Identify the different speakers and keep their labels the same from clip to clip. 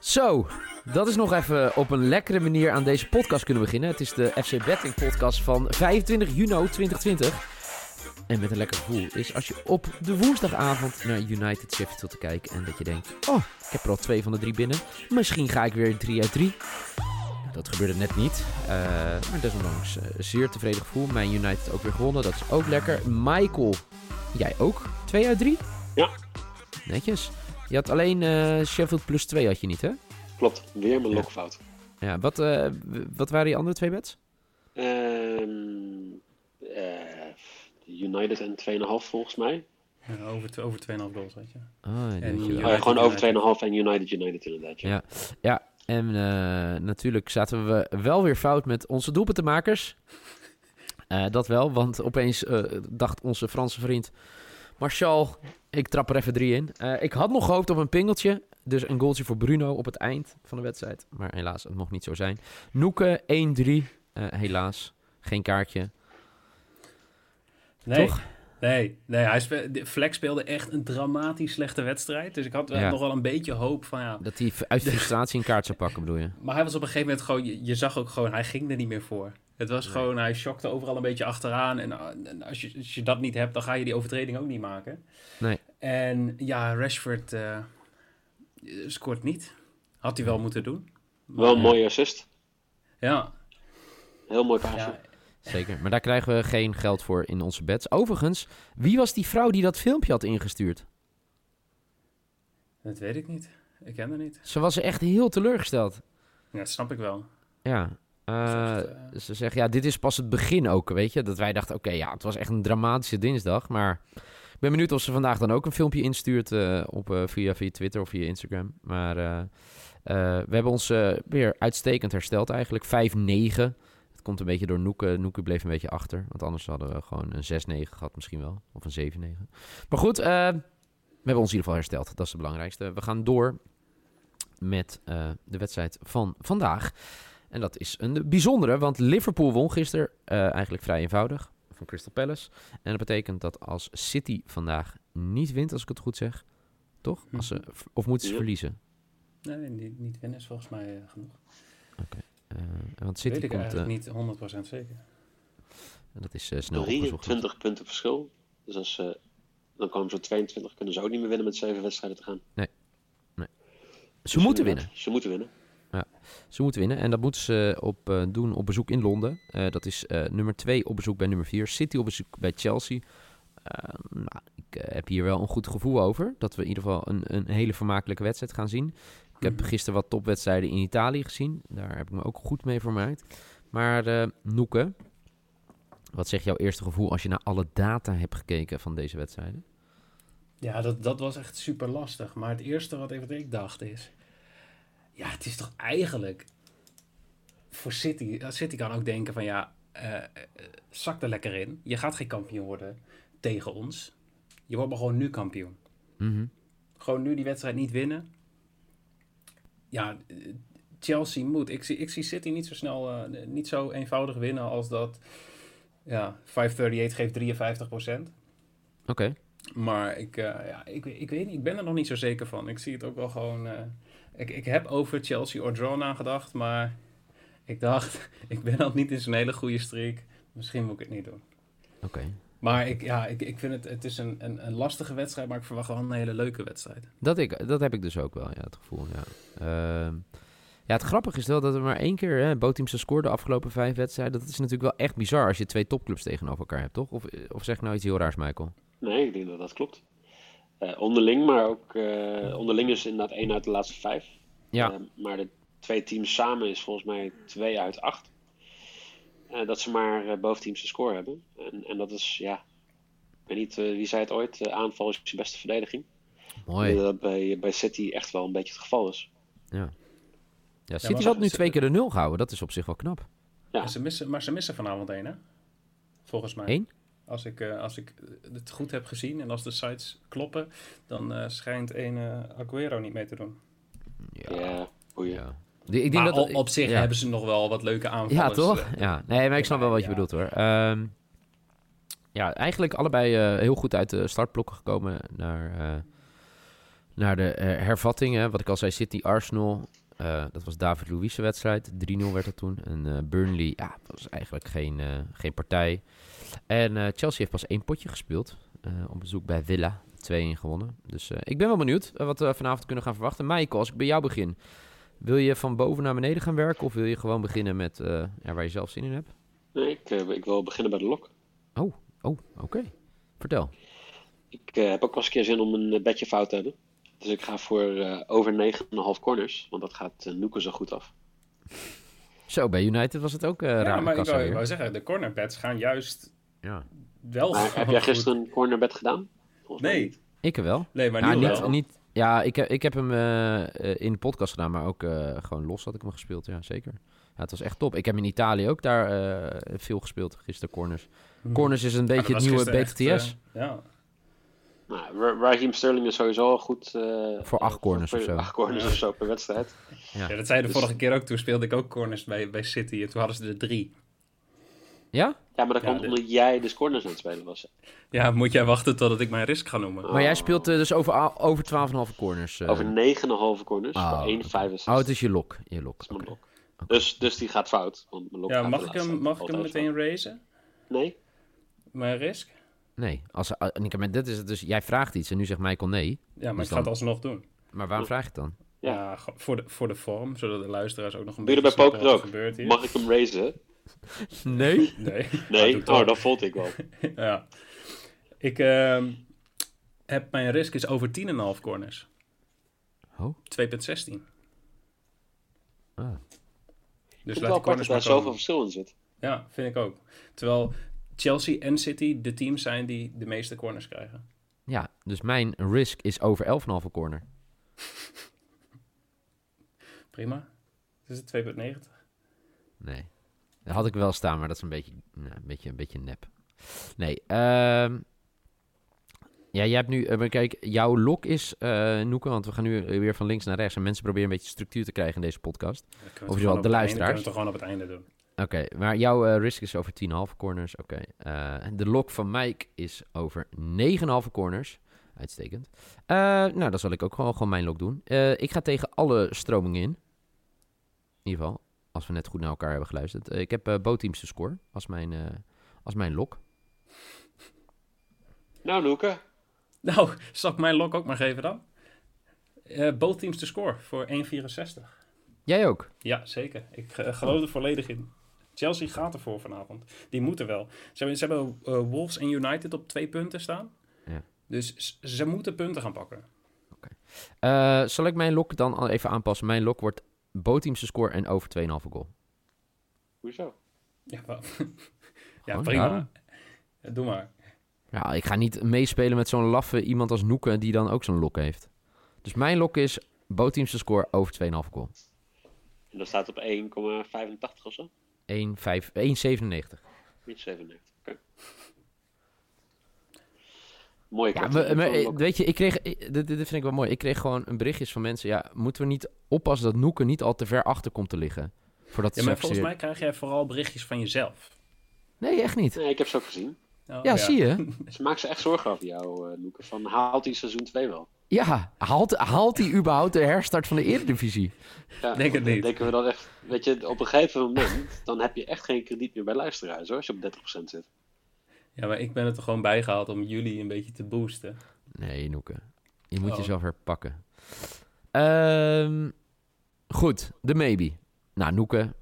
Speaker 1: Zo, dat is nog even op een lekkere manier aan deze podcast kunnen beginnen. Het is de FC Betting podcast van 25 juni 2020. En met een lekker gevoel is als je op de woensdagavond naar United Sheffield zit te kijken en dat je denkt, oh, ik heb er al twee van de drie binnen. Misschien ga ik weer 3 uit 3. Dat gebeurde net niet. Eh, maar desondanks eh, zeer tevreden gevoel. Mijn United ook weer gewonnen. Dat is ook lekker. Michael, jij ook? 2 uit 3?
Speaker 2: Ja.
Speaker 1: Netjes. Je had alleen eh, Sheffield plus 2 had je niet, hè?
Speaker 2: Klopt, weer mijn
Speaker 1: Ja.
Speaker 2: lokfout.
Speaker 1: Ja, wat, eh, w- wat waren je andere twee bets?
Speaker 2: Ehm, eh, United en 2,5 volgens mij. Oh
Speaker 3: Ja, over, t- over 2,5 goals, weet je.
Speaker 1: Oh, ja, goeie.
Speaker 3: En United.
Speaker 2: Oh ja, gewoon
Speaker 3: United.
Speaker 2: over 2,5 en United United inderdaad. Ja.
Speaker 1: Ja. Ja, en eh, natuurlijk zaten we wel weer fout met onze doelpuntenmakers. Eh, dat wel, want opeens eh, dacht onze Franse vriend Martial, ik trap er even drie in. Eh, ik had nog gehoopt op een pingeltje, dus een goaltje voor Bruno op het eind van de wedstrijd. Maar helaas, het mocht niet zo zijn. Noeke 1-3, Eh, helaas, geen kaartje.
Speaker 3: Nee,
Speaker 1: Toch?
Speaker 3: nee, nee hij spe- de- Fleck speelde echt een dramatisch slechte wedstrijd. Dus ik had wel
Speaker 1: Ja.
Speaker 3: nog wel een beetje hoop van ja.
Speaker 1: Dat hij uit frustratie een kaart zou pakken, bedoel je?
Speaker 3: Maar hij was op een gegeven moment gewoon, je, je zag ook gewoon, hij ging er niet meer voor. Het was gewoon, hij shockte overal een beetje achteraan. En, ah, en als, je, als je dat niet hebt, dan ga je die overtreding ook niet maken.
Speaker 1: Nee.
Speaker 3: En ja, Rashford eh, scoort niet. Had hij wel moeten doen.
Speaker 2: Wel een
Speaker 1: Ja.
Speaker 2: mooie assist.
Speaker 3: Ja,
Speaker 2: Heel mooi paasje.
Speaker 3: ja
Speaker 1: Zeker, maar daar krijgen we geen geld voor in onze bets. Overigens, wie was die vrouw die dat filmpje had ingestuurd?
Speaker 3: dat weet ik niet. Ik ken haar niet.
Speaker 1: Ze was echt heel teleurgesteld.
Speaker 3: Ja, dat snap ik wel.
Speaker 1: Ja. eh,
Speaker 3: Dat is echt,
Speaker 1: ze zegt, ja, dit is pas het begin ook, weet je. Dat wij dachten, oké, ja, het was echt een dramatische dinsdag. Maar ik ben benieuwd of ze vandaag dan ook een filmpje instuurt eh, op, eh, via, via Twitter of via Instagram. Maar eh, eh, we hebben ons eh, weer uitstekend hersteld eigenlijk. 5-9. Het komt een beetje door Noeke. Noeke bleef een beetje achter. Want anders hadden we gewoon een 6-9 gehad misschien wel. Of een 7-9. Maar goed, eh, we hebben ons in ieder geval hersteld. Dat is het belangrijkste. We gaan door met eh, de wedstrijd van vandaag. En dat is een bijzondere, want Liverpool won gisteren eh, eigenlijk vrij eenvoudig van Crystal Palace. En dat betekent dat als City vandaag niet wint, als ik het goed zeg, toch? Als ze, of moeten ze
Speaker 2: Ja.
Speaker 1: verliezen?
Speaker 3: Nee, niet, niet winnen is volgens mij eh, genoeg.
Speaker 1: Eh, want City
Speaker 3: weet ik
Speaker 1: komt, eh,
Speaker 3: eigenlijk niet 100% zeker.
Speaker 1: dat is eh, snel opgezocht.
Speaker 2: 23 punten verschil. Dus als ze, dan komen ze op 22, kunnen ze ook niet meer winnen met 7 wedstrijden te gaan.
Speaker 1: Ze
Speaker 2: Dus
Speaker 1: moeten
Speaker 2: inderdaad,
Speaker 1: winnen.
Speaker 2: Ze moeten winnen.
Speaker 1: Ze moeten winnen en dat moeten ze op, eh, doen op bezoek in Londen. Eh, dat is eh, nummer 2 op bezoek bij nummer 4. City op bezoek bij Chelsea. Eh, nou, ik eh, heb hier wel een goed gevoel over. Dat we in ieder geval een, een hele vermakelijke wedstrijd gaan zien. Ik heb
Speaker 3: Mhm.
Speaker 1: gisteren wat topwedstrijden in Italië gezien. Daar heb ik me ook goed mee vermaakt. Maar eh, Noeke, wat zegt jouw eerste gevoel als je naar alle data hebt gekeken van deze wedstrijden?
Speaker 3: Ja, dat, dat was echt super lastig. Maar het eerste wat ik, wat ik dacht is... Ja, het is toch eigenlijk... Voor City... eh, City kan ook denken van ja... eh, eh, zak er lekker in. Je gaat geen kampioen worden tegen ons. Je wordt maar gewoon nu kampioen.
Speaker 1: Mhm.
Speaker 3: Gewoon nu die wedstrijd niet winnen. Ja, eh, Chelsea moet. Ik zie, ik zie City niet zo snel... eh, niet zo eenvoudig winnen als dat... Ja, 538 geeft 53
Speaker 1: Oké.
Speaker 3: maar ik, eh, ja, ik, ik weet niet, ik ben er nog niet zo zeker van. Ik zie het ook wel gewoon. eh, ik, ik heb over Chelsea or draw nagedacht, maar ik dacht, ik ben al niet in zo'n hele goede streak. Misschien moet ik het niet doen.
Speaker 1: Oké.
Speaker 3: Maar ik, ja, ik, ik vind het, het is een, een, een lastige wedstrijd, maar ik verwacht wel een hele leuke wedstrijd.
Speaker 1: Dat, ik, dat heb ik dus ook wel, ja, het gevoel. Ja. Ehm, ja, het grappige is wel dat we maar één keer hè, Bootteams zijn score de afgelopen vijf wedstrijden. Dat is natuurlijk wel echt bizar als je twee topclubs tegenover elkaar hebt, toch? Of, of zeg ik nou iets heel raars, Michael?
Speaker 2: Nee, ik denk dat dat klopt. Eh, onderling, maar ook eh, onderling is inderdaad 1 uit de laatste 5.
Speaker 1: Ja,
Speaker 2: Eh, maar de twee teams samen is volgens mij 2 uit 8. dat ze maar eh, boven teams een score hebben. En, en dat is, ja, ik weet niet, eh, wie zei het ooit, eh, aanval is je beste verdediging. Ik
Speaker 1: mooi.
Speaker 2: denk Dat dat bij, bij City echt wel een beetje het geval is.
Speaker 1: Ja,
Speaker 3: maar
Speaker 1: City had nu
Speaker 3: ze-
Speaker 1: twee keer de nul gehouden. Dat is op zich wel knap.
Speaker 2: Ja.
Speaker 3: En ze missen, maar ze missen vanavond één, hè? Volgens mij.
Speaker 1: Eén?
Speaker 3: Als ik, eh, als ik eh, het goed heb gezien en als de sites kloppen, dan eh, schijnt één eh, Aguero niet mee te doen.
Speaker 2: Ja, boeien.
Speaker 1: ja. Die- Ik denk
Speaker 3: maar
Speaker 1: dat,
Speaker 3: op, op zich
Speaker 1: ja.
Speaker 3: hebben ze nog wel wat leuke eh. aanvallen.
Speaker 1: Ja, toch? Ja. Nee, maar ik snap wel wat je
Speaker 3: Ja.
Speaker 1: bedoelt hoor. Ehm, ja, eigenlijk allebei eh, heel goed uit de startblokken gekomen naar, eh, naar de eh, hervatting. Hè. Wat ik al zei, City, Arsenal. eh, dat was David Luiz' wedstrijd. 3-0 werd dat toen. En eh, Burnley, ja, dat was eigenlijk geen, eh, geen partij. En eh, Chelsea heeft pas één potje gespeeld. eh, op bezoek bij Villa. 2-1 gewonnen. Dus eh, ik ben wel benieuwd eh, wat we vanavond kunnen gaan verwachten. Michael, als ik bij jou begin. Wil je van boven naar beneden gaan werken? Of wil je gewoon beginnen met eh, ja, waar je zelf zin in hebt?
Speaker 2: Nee, ik, eh, ik wil beginnen bij de lok.
Speaker 1: Oh, oké. Vertel.
Speaker 2: Ik eh, heb ook wel eens een keer zin om een eh, bedje fout te hebben. Dus ik ga voor eh, over 9,5 corners. Want dat gaat eh, Noeken zo goed af.
Speaker 1: Zo, bij United was het ook eh
Speaker 3: Ja,
Speaker 1: raar.
Speaker 3: maar ik
Speaker 1: kassa
Speaker 3: wou, ik
Speaker 1: weer.
Speaker 3: wou zeggen, de cornerbeds gaan juist
Speaker 1: Ja.
Speaker 3: wel
Speaker 2: Maar
Speaker 3: gewoon
Speaker 2: heb jij
Speaker 3: goed.
Speaker 2: gisteren een cornerbed gedaan? Volgens mij
Speaker 3: Oh. Nee,
Speaker 2: niet.
Speaker 1: Ik wel.
Speaker 3: nee maar
Speaker 1: Ja,
Speaker 3: nu
Speaker 1: niet,
Speaker 3: wel.
Speaker 1: niet, ja ik, heb- ik heb hem eh, eh, in de podcast gedaan, maar ook eh, gewoon los had ik hem gespeeld. Ja, zeker. Ja, het was echt top. Ik heb in Italië ook daar eh, veel gespeeld, gisteren corners. Corners is een
Speaker 3: Mhm. Hm. Ja,
Speaker 1: beetje
Speaker 3: dat
Speaker 1: het
Speaker 3: was
Speaker 1: nieuwe
Speaker 3: gisteren echt,
Speaker 1: BTS.
Speaker 3: eh, ja.
Speaker 2: Nou, Ra- Raheem Sterling is sowieso al goed. eh,
Speaker 1: Voor acht
Speaker 2: eh,
Speaker 1: corners
Speaker 2: per-
Speaker 1: of zo.
Speaker 2: Acht corners
Speaker 3: Ja.
Speaker 2: of zo per wedstrijd.
Speaker 3: ja, dat zei je de
Speaker 2: Dus-
Speaker 3: vorige keer ook. Toen speelde ik ook corners bij, bij City en toen hadden ze er drie. eh,
Speaker 1: Ja?
Speaker 2: Ja, maar dat
Speaker 3: Ja,
Speaker 2: komt
Speaker 3: dit-
Speaker 2: omdat jij dus corners aan het spelen was.
Speaker 1: Eh.
Speaker 3: Ja, moet jij wachten totdat ik mijn risk ga noemen?
Speaker 1: Maar jij speelt eh, dus over, a- over 12,5 corners. eh.
Speaker 2: Over 9,5 corners.
Speaker 1: Oh,
Speaker 2: voor 1,65.
Speaker 1: Oh, het is je lok. Je lok.
Speaker 2: Dat is mijn
Speaker 1: oké.
Speaker 2: lok. Dus, dus die gaat fout. Want mijn lok
Speaker 3: Ja,
Speaker 2: gaat
Speaker 3: mag
Speaker 2: de
Speaker 3: ik
Speaker 2: laatste
Speaker 3: hem, mag ik hem
Speaker 2: altijd
Speaker 3: meteen raisen?
Speaker 2: fout. Nee?
Speaker 3: Mijn risk?
Speaker 1: Nee. Als, ah, en ik- maar dit is het dus. Jij vraagt iets en nu zegt Michael nee.
Speaker 3: Ja, maar
Speaker 1: Dus
Speaker 3: ik ga het
Speaker 1: dan-
Speaker 3: alsnog doen.
Speaker 1: Maar waarom vraag je het dan?
Speaker 2: Ja.
Speaker 3: Ja, go- voor, de, voor de vorm, zodat de luisteraars ook nog een
Speaker 2: Doe je
Speaker 3: beetje
Speaker 2: dat bij
Speaker 3: snappen
Speaker 2: poker
Speaker 3: wat er
Speaker 2: ook?
Speaker 3: gebeurt hier.
Speaker 2: Mag ik hem raisen?
Speaker 1: Nee.
Speaker 3: Nee.
Speaker 2: Nee?
Speaker 3: doe het
Speaker 2: oh,
Speaker 3: ook. Dus
Speaker 2: dat vond ik wel.
Speaker 3: ja. Ik ehm, heb mijn risk is over 10,5 corners.
Speaker 1: Oh.
Speaker 3: 2,16.
Speaker 1: Ah.
Speaker 3: Dus
Speaker 2: ik vind het wel apart dat daar
Speaker 3: maar
Speaker 2: zoveel
Speaker 3: komen.
Speaker 2: verschil in zit.
Speaker 3: Ja, vind ik ook. Terwijl Chelsea en City de teams zijn die de meeste corners krijgen.
Speaker 1: Ja, dus mijn risk is over 11,5 corner.
Speaker 3: Prima. Dus het 2,90.
Speaker 1: Nee. Dat had ik wel staan, maar dat is een beetje, nou, een beetje, een beetje nep. Nee. ehm, ja, jij hebt nu... eh, maar kijk, jouw lok is, eh Noeke, want we gaan nu weer van links naar rechts. En mensen proberen een beetje structuur te krijgen in deze podcast.
Speaker 3: Dan kunnen we
Speaker 1: Of
Speaker 3: het
Speaker 1: je
Speaker 3: gewoon
Speaker 1: wil
Speaker 3: op
Speaker 1: de
Speaker 3: het einde-
Speaker 1: luisteraars.
Speaker 3: kunnen we het toch gewoon op het einde doen.
Speaker 1: Oké, maar jouw eh, risk is over 10,5 corners. Oké. Eh, en de lok van Mike is over 9,5 corners. Uitstekend. Eh, nou, dan zal ik ook gewoon, gewoon mijn lok doen. Eh, ik ga tegen alle stromingen in. In ieder geval, als we net goed naar elkaar hebben geluisterd. Eh, ik heb eh bootteams te score als mijn, eh, als mijn lok.
Speaker 2: Nou, Noeke.
Speaker 3: Nou, zal ik mijn lok ook maar geven dan? Eh both teams te score voor 1,64.
Speaker 1: Jij ook?
Speaker 3: Ja, zeker. Ik eh, geloof er volledig in. Chelsea gaat ervoor vanavond. Die moeten wel. Ze hebben, ze hebben eh, Wolves en United op twee punten staan.
Speaker 1: Ja.
Speaker 3: Dus s- ze moeten punten gaan pakken.
Speaker 1: Eh, zal ik mijn lok dan al even aanpassen? Mijn lok wordt bootteams te score en over 2,5 goal.
Speaker 2: Hoezo?
Speaker 3: Ja, wel. ja
Speaker 1: Gewoon
Speaker 3: prima.
Speaker 1: daarom.
Speaker 3: Ja, Doe maar.
Speaker 1: Ja, ik ga niet meespelen met zo'n laffe iemand als Noeke die dan ook zo'n lok heeft. Dus mijn lok is bootteams te score over 2,5 goal.
Speaker 2: En dat staat op 1,85 of zo?
Speaker 1: 1, 5, 1,97.
Speaker 2: Niet 97. Oké. Mooie
Speaker 1: Ja,
Speaker 2: kaart.
Speaker 1: maar, maar,
Speaker 2: Zo'n
Speaker 1: eh,
Speaker 2: lok.
Speaker 1: weet je, ik kreeg, eh, dit, dit vind ik wel mooi. Ik kreeg gewoon een berichtjes van mensen. Ja, moeten we niet oppassen dat Noeke niet al te ver achter komt te liggen? Voordat
Speaker 3: Ja,
Speaker 1: ze
Speaker 3: maar
Speaker 1: straks
Speaker 3: volgens
Speaker 1: weer-
Speaker 3: mij krijg jij vooral berichtjes van jezelf.
Speaker 1: Nee, echt niet.
Speaker 2: Nee, ik heb ze ook gezien.
Speaker 3: Oh,
Speaker 1: ja, zie je?
Speaker 2: Ze maakt ze echt zorgen over jou, eh Noeke. Van, haalt hij seizoen 2 wel?
Speaker 1: Ja, haalt, haalt hij überhaupt de herstart van de Eredivisie?
Speaker 2: Ja,
Speaker 3: Denk het
Speaker 2: dan
Speaker 3: niet.
Speaker 2: Denken we dat echt... Weet je, op een gegeven moment... dan heb je echt geen krediet meer bij luisteraars, hoor. Als je op 30% zit.
Speaker 3: Ja, maar ik ben het er gewoon bijgehaald om jullie een beetje te boosten.
Speaker 1: Nee, Noeke. Je moet
Speaker 3: Oh.
Speaker 1: jezelf herpakken. Ehm, goed, de maybe. Nou, Noeke.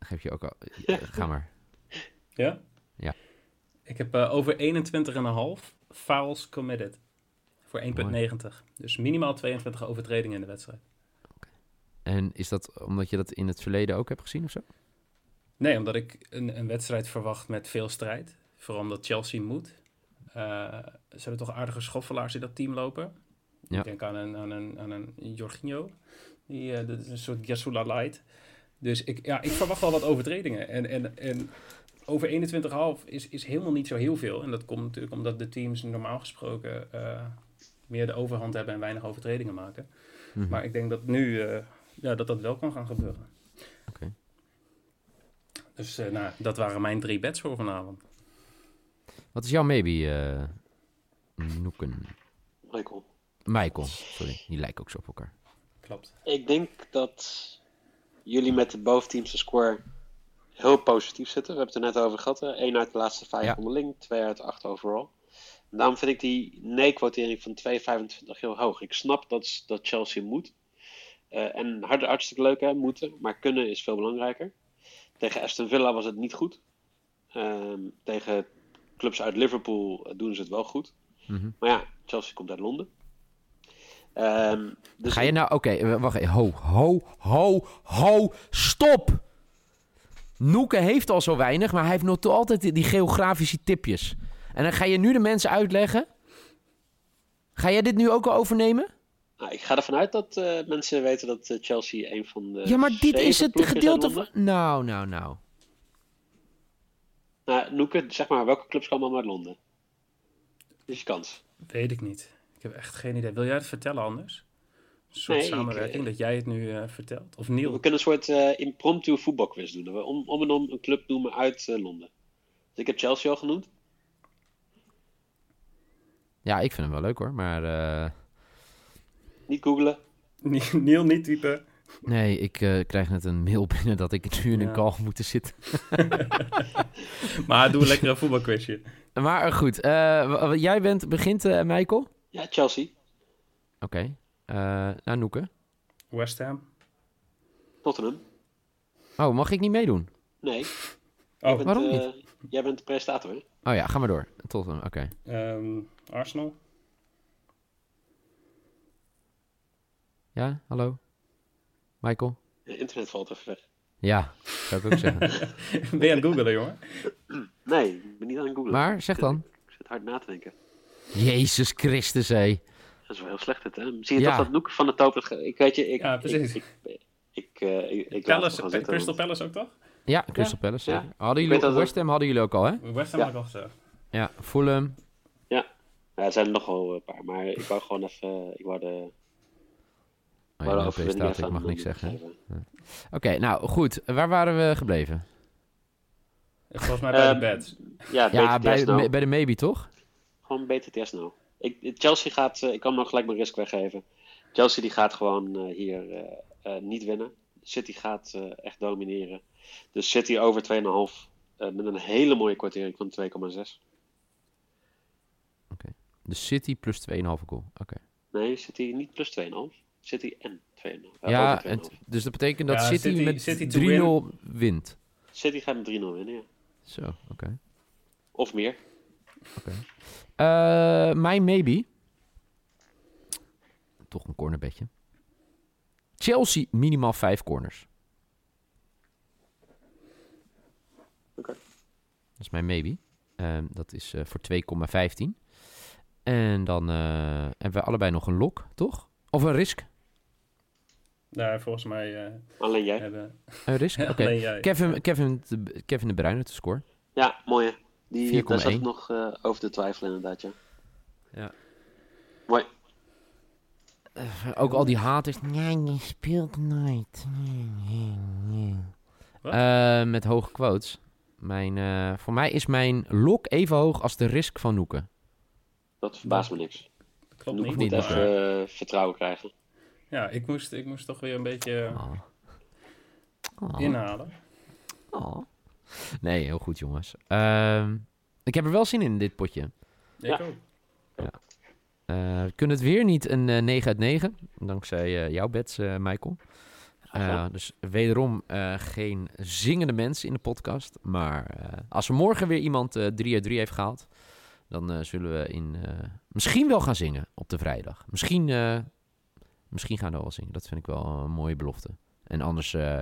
Speaker 1: Geef je ook al. eh, Ga maar.
Speaker 3: Ja?
Speaker 1: Ja.
Speaker 3: Ik heb eh, over 21,5 fouls committed. Voor 1,90. Dus minimaal 22 overtredingen in de wedstrijd.
Speaker 1: En is dat omdat je dat in het verleden ook hebt gezien of zo?
Speaker 3: Nee, omdat ik een, een wedstrijd verwacht met veel strijd. Vooral omdat Chelsea moet. Eh, ze hebben toch aardige schoffelaars in dat team lopen.
Speaker 1: Ja.
Speaker 3: Ik denk aan een, aan een, aan een Jorginho. Die, eh, dat is een soort Yasula Light. Dus ik, ja, ik verwacht wel wat overtredingen. En, en, en over 21,5 is, is helemaal niet zo heel veel. En dat komt natuurlijk omdat de teams normaal gesproken eh, meer de overhand hebben en weinig overtredingen maken.
Speaker 1: Mhm.
Speaker 3: Maar ik denk dat nu eh, ja, dat dat wel kan gaan gebeuren.
Speaker 1: Oké.
Speaker 3: Dus eh, nou, dat waren mijn drie bets voor vanavond.
Speaker 1: Wat is jouw maybe, eh Noeken?
Speaker 2: Michael.
Speaker 1: Michael, sorry. Die lijken ook zo op elkaar.
Speaker 3: klopt.
Speaker 2: Ik denk dat jullie met de boventeams de score heel positief zitten. We hebben het er net over gehad. hè. Eén uit de laatste vijf
Speaker 1: Ja.
Speaker 2: onderling, twee uit acht overall. En daarom vind ik die nee-quotering van 2,25 heel hoog. Ik snap dat, dat Chelsea moet. Eh, en hard, hartstikke leuk hè, moeten. Maar kunnen is veel belangrijker. Tegen Aston Villa was het niet goed. Ehm, tegen clubs uit Liverpool eh, doen ze het wel goed.
Speaker 1: Mhm.
Speaker 2: Maar ja, Chelsea komt uit Londen. Ehm, dus
Speaker 1: Ga je nou... Oké, w- wacht even. Ho, ho, ho, ho. Stop! Noeke heeft al zo weinig, maar hij heeft nog altijd die, die geografische tipjes. En dan ga je nu de mensen uitleggen... Ga jij dit nu ook al overnemen?
Speaker 2: Nou, ik ga ervan uit dat eh, mensen weten dat eh, Chelsea een van de.
Speaker 1: ja, maar dit
Speaker 2: zeven
Speaker 1: is het
Speaker 2: ploegen uit
Speaker 1: gedeelte van...
Speaker 2: Londen.
Speaker 1: Nou, nou, nou.
Speaker 2: Nou, Noeke, zeg maar, welke clubs komen allemaal uit Londen? Dit is je kans.
Speaker 3: Weet ik niet. Ik heb echt geen idee. Wil jij het vertellen anders? Een soort
Speaker 2: Nee, ik,
Speaker 3: samenwerking
Speaker 2: eh,
Speaker 3: dat jij het nu eh, vertelt? Of
Speaker 2: We
Speaker 3: Niel?
Speaker 2: kunnen een soort eh, impromptu voetbalquiz doen. Dat we om, om en om een club noemen uit eh, Londen. Dus ik heb Chelsea al genoemd.
Speaker 1: Ja, ik vind hem wel leuk hoor, maar... eh,
Speaker 2: Niet googlen.
Speaker 3: Niel niet typen.
Speaker 1: Nee, ik eh, krijg net een mail binnen dat ik nu in een
Speaker 3: Ja.
Speaker 1: call moet zitten.
Speaker 3: Maar doe lekker een voetbalquizje.
Speaker 1: Maar eh, goed, eh, w- w- jij bent, begint, eh, Michael? Oké.
Speaker 2: Ja, Chelsea.
Speaker 1: Eh, nou, Noeke.
Speaker 3: West Ham.
Speaker 2: Tottenham.
Speaker 1: Oh, mag ik niet meedoen?
Speaker 2: Nee.
Speaker 3: Oh,
Speaker 2: Bent,
Speaker 1: Waarom
Speaker 2: eh, jij bent de presentator, hè?
Speaker 1: Oh ja, ga maar door. Tot dan, oké.
Speaker 3: ehm, Arsenal.
Speaker 1: Ja, hallo? Michael?
Speaker 2: Eh, Internet valt even weg.
Speaker 1: Ja, zou ik ook zeggen.
Speaker 3: ben je aan het googelen, jongen?
Speaker 2: Nee, ik ben niet aan het googlen.
Speaker 1: Maar, zeg dan.
Speaker 2: Ik zit hard na te denken.
Speaker 1: Jezus Christus, hé.
Speaker 2: Dat is wel heel slecht, dit, hè? Zie je
Speaker 1: Ja.
Speaker 2: toch dat Noeke van de top... Ik weet je, ik...
Speaker 3: Ja, precies.
Speaker 2: Ik, ik, ik, eh, ik, ik laat het
Speaker 3: Palace,
Speaker 2: gewoon
Speaker 3: Pe-
Speaker 2: zitten, want-
Speaker 3: Crystal Palace ook toch?
Speaker 1: Ja, Crystal Palace,
Speaker 2: ja.
Speaker 1: zeker. Hadden jullie,
Speaker 2: Ik weet dat
Speaker 1: West Ham hadden jullie ook al, hè?
Speaker 3: West Ham
Speaker 2: Ja.
Speaker 3: had ik al gezegd.
Speaker 1: Ja, Fulham. Oh
Speaker 2: Ja, er zijn er nog wel eh, een paar, maar ik wou gewoon even. Ik wou de.
Speaker 1: Oh,
Speaker 2: wou
Speaker 1: ja,
Speaker 2: de
Speaker 1: de
Speaker 2: overwinning
Speaker 1: presentator,
Speaker 2: even
Speaker 1: ik mag
Speaker 2: aan
Speaker 1: niks
Speaker 2: Londen
Speaker 1: zeggen. hè?
Speaker 2: geven.
Speaker 1: Oké, nou goed. Waar waren we gebleven?
Speaker 3: Volgens mij bij
Speaker 2: Ehm,
Speaker 3: de bed.
Speaker 2: Ja,
Speaker 1: Ja,
Speaker 2: BTTS
Speaker 1: bij,
Speaker 2: nou.
Speaker 1: bij de maybe, toch?
Speaker 2: Gewoon BTTS nou. Ik, Chelsea gaat. eh, Ik kan nog gelijk mijn risk weggeven. Chelsea die gaat gewoon eh, hier eh, eh, niet winnen. City gaat eh, echt domineren. Dus City over 2,5. eh, met een hele mooie kwartering van 2,6.
Speaker 1: De City plus 2,5 goal. Oké.
Speaker 2: Nee, City niet plus 2,5. City en 2,5. Eh,
Speaker 1: Ja,
Speaker 2: over
Speaker 1: en
Speaker 2: 2,5.
Speaker 1: dus dat betekent dat
Speaker 3: Ja,
Speaker 1: City,
Speaker 3: City-
Speaker 1: met
Speaker 3: City to
Speaker 1: 3-0 wint.
Speaker 2: City gaat met 3-0 winnen, ja.
Speaker 1: Zo, oké.
Speaker 2: Of meer.
Speaker 1: Eh, mijn maybe. Toch een cornerbedje. Chelsea minimaal vijf corners.
Speaker 2: Oké.
Speaker 1: Dat is mijn maybe. Ehm, dat is eh, voor 2,15. En dan eh, hebben we allebei nog een lock, toch? Of een risk?
Speaker 3: Daar volgens mij eh,
Speaker 2: Alleen jij.
Speaker 3: hebben...
Speaker 1: Een risk? Oké.
Speaker 3: Alleen jij.
Speaker 1: Kevin, Kevin, de, Kevin de Bruyne te score.
Speaker 2: Ja, mooi. hè. Die, daar zat
Speaker 1: 4,1.
Speaker 2: ik nog eh, over te twijfelen inderdaad, ja.
Speaker 1: Ja.
Speaker 2: Mooi.
Speaker 1: Eh, Ook al die haters. Nee, je speelt nooit.
Speaker 3: Wat?
Speaker 1: Eh, met hoge quotes. Mijn, eh, voor mij is mijn lok even hoog als de risk van Noeken.
Speaker 2: Dat verbaast me niks.
Speaker 3: Klopt
Speaker 2: Noek
Speaker 3: niet.
Speaker 2: moet
Speaker 1: niet,
Speaker 2: even
Speaker 3: maar-
Speaker 2: eh, vertrouwen krijgen.
Speaker 3: Ja, ik moest, ik moest toch weer een beetje eh,
Speaker 1: Oh. Oh.
Speaker 3: inhalen.
Speaker 1: Oh. Nee, heel goed jongens. Ehm, ik heb er wel zin in, dit potje.
Speaker 3: Ik
Speaker 2: Ja.
Speaker 3: ook.
Speaker 1: Eh, we kunnen het weer niet een eh, 9 uit 9. Dankzij eh, jouw bets, eh, Michael. Eh,
Speaker 2: gedaan.
Speaker 1: dus wederom eh, geen zingende mensen in de podcast. Maar eh, als er morgen weer iemand eh 3 uit 3 heeft gehaald... dan eh, zullen we in, eh, misschien wel gaan zingen op de vrijdag. Misschien, eh, misschien gaan we wel zingen. Dat vind ik wel een mooie belofte. En anders eh,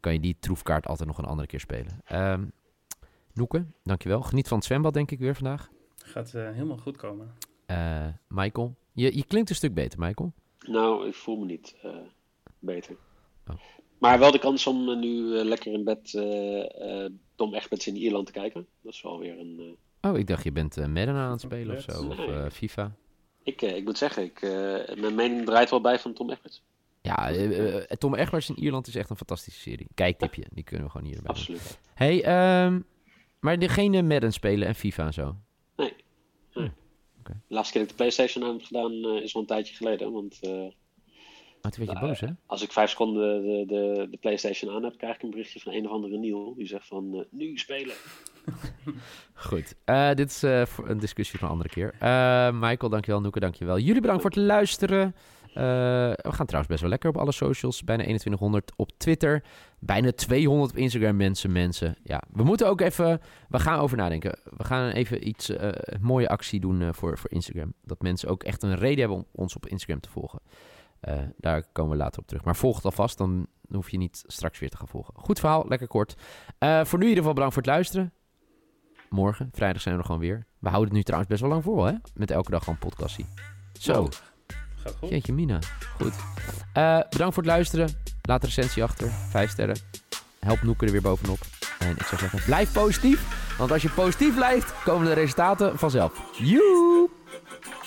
Speaker 1: kan je die troefkaart altijd nog een andere keer spelen. Ehm Noeke, dankjewel. Geniet van het zwembad denk ik weer vandaag.
Speaker 3: Gaat eh, helemaal goed komen.
Speaker 1: Eh, Michael. Je, je klinkt een stuk beter, Michael.
Speaker 2: Nou, ik voel me niet eh, beter.
Speaker 1: Oh.
Speaker 2: Maar wel de kans om eh, nu eh, lekker in bed eh eh Tom Egberts in Ierland te kijken. Dat is wel weer een... eh,
Speaker 1: Oh, ik dacht je bent eh Madden aan het spelen of
Speaker 3: Let's
Speaker 1: zo. Of
Speaker 2: go.
Speaker 1: eh, FIFA.
Speaker 2: Ik, eh, ik moet zeggen, ik, eh, mijn mening draait wel bij van Tom Egberts.
Speaker 1: Ja, eh, eh, Tom Egberts in Ierland is echt een fantastische serie. Kijktipje, die kunnen we gewoon hierbij doen.
Speaker 2: Absoluut.
Speaker 1: Hey, ehm, maar de- geen eh, Madden spelen en FIFA en zo. Oh,
Speaker 2: Nee. nee.
Speaker 1: oké.
Speaker 2: De laatste keer dat ik de Playstation aan heb gedaan eh, is al een tijdje geleden. Want eh,
Speaker 1: Oh, toen werd je
Speaker 2: Nou,
Speaker 1: boos, hè?
Speaker 2: Als ik vijf seconden de, de, de PlayStation aan heb, krijg ik een berichtje van een of andere Niel. Die zegt van, eh, nu spelen.
Speaker 1: Goed. Eh, dit is eh, voor een discussie van een andere keer. Eh, Michael, dankjewel. Noeke, dankjewel. Jullie bedankt voor het luisteren. Eh, we gaan trouwens best wel lekker op alle socials. Bijna 2100 op Twitter. Bijna 200 op Instagram, mensen, mensen. Ja, we moeten ook even... We gaan over nadenken. We gaan even iets... eh, een mooie actie doen eh, voor, voor Instagram. Dat mensen ook echt een reden hebben om ons op Instagram te volgen. Eh, daar komen we later op terug. Maar volg het alvast, dan hoef je niet straks weer te gaan volgen. Goed verhaal, lekker kort. Eh, voor nu in ieder geval bedankt voor het luisteren morgen, vrijdag zijn we er gewoon weer. We houden het nu trouwens best wel lang vol, hè? Met elke dag gewoon een podcastie. Zo,
Speaker 3: Gaat goed.
Speaker 1: jeetje mina. Goed. Eh, bedankt voor het luisteren. Laat een recensie achter. Vijf sterren. Help Noeke er weer bovenop. En ik zou zeggen, blijf positief. Want als je positief blijft, komen de resultaten vanzelf. Joep!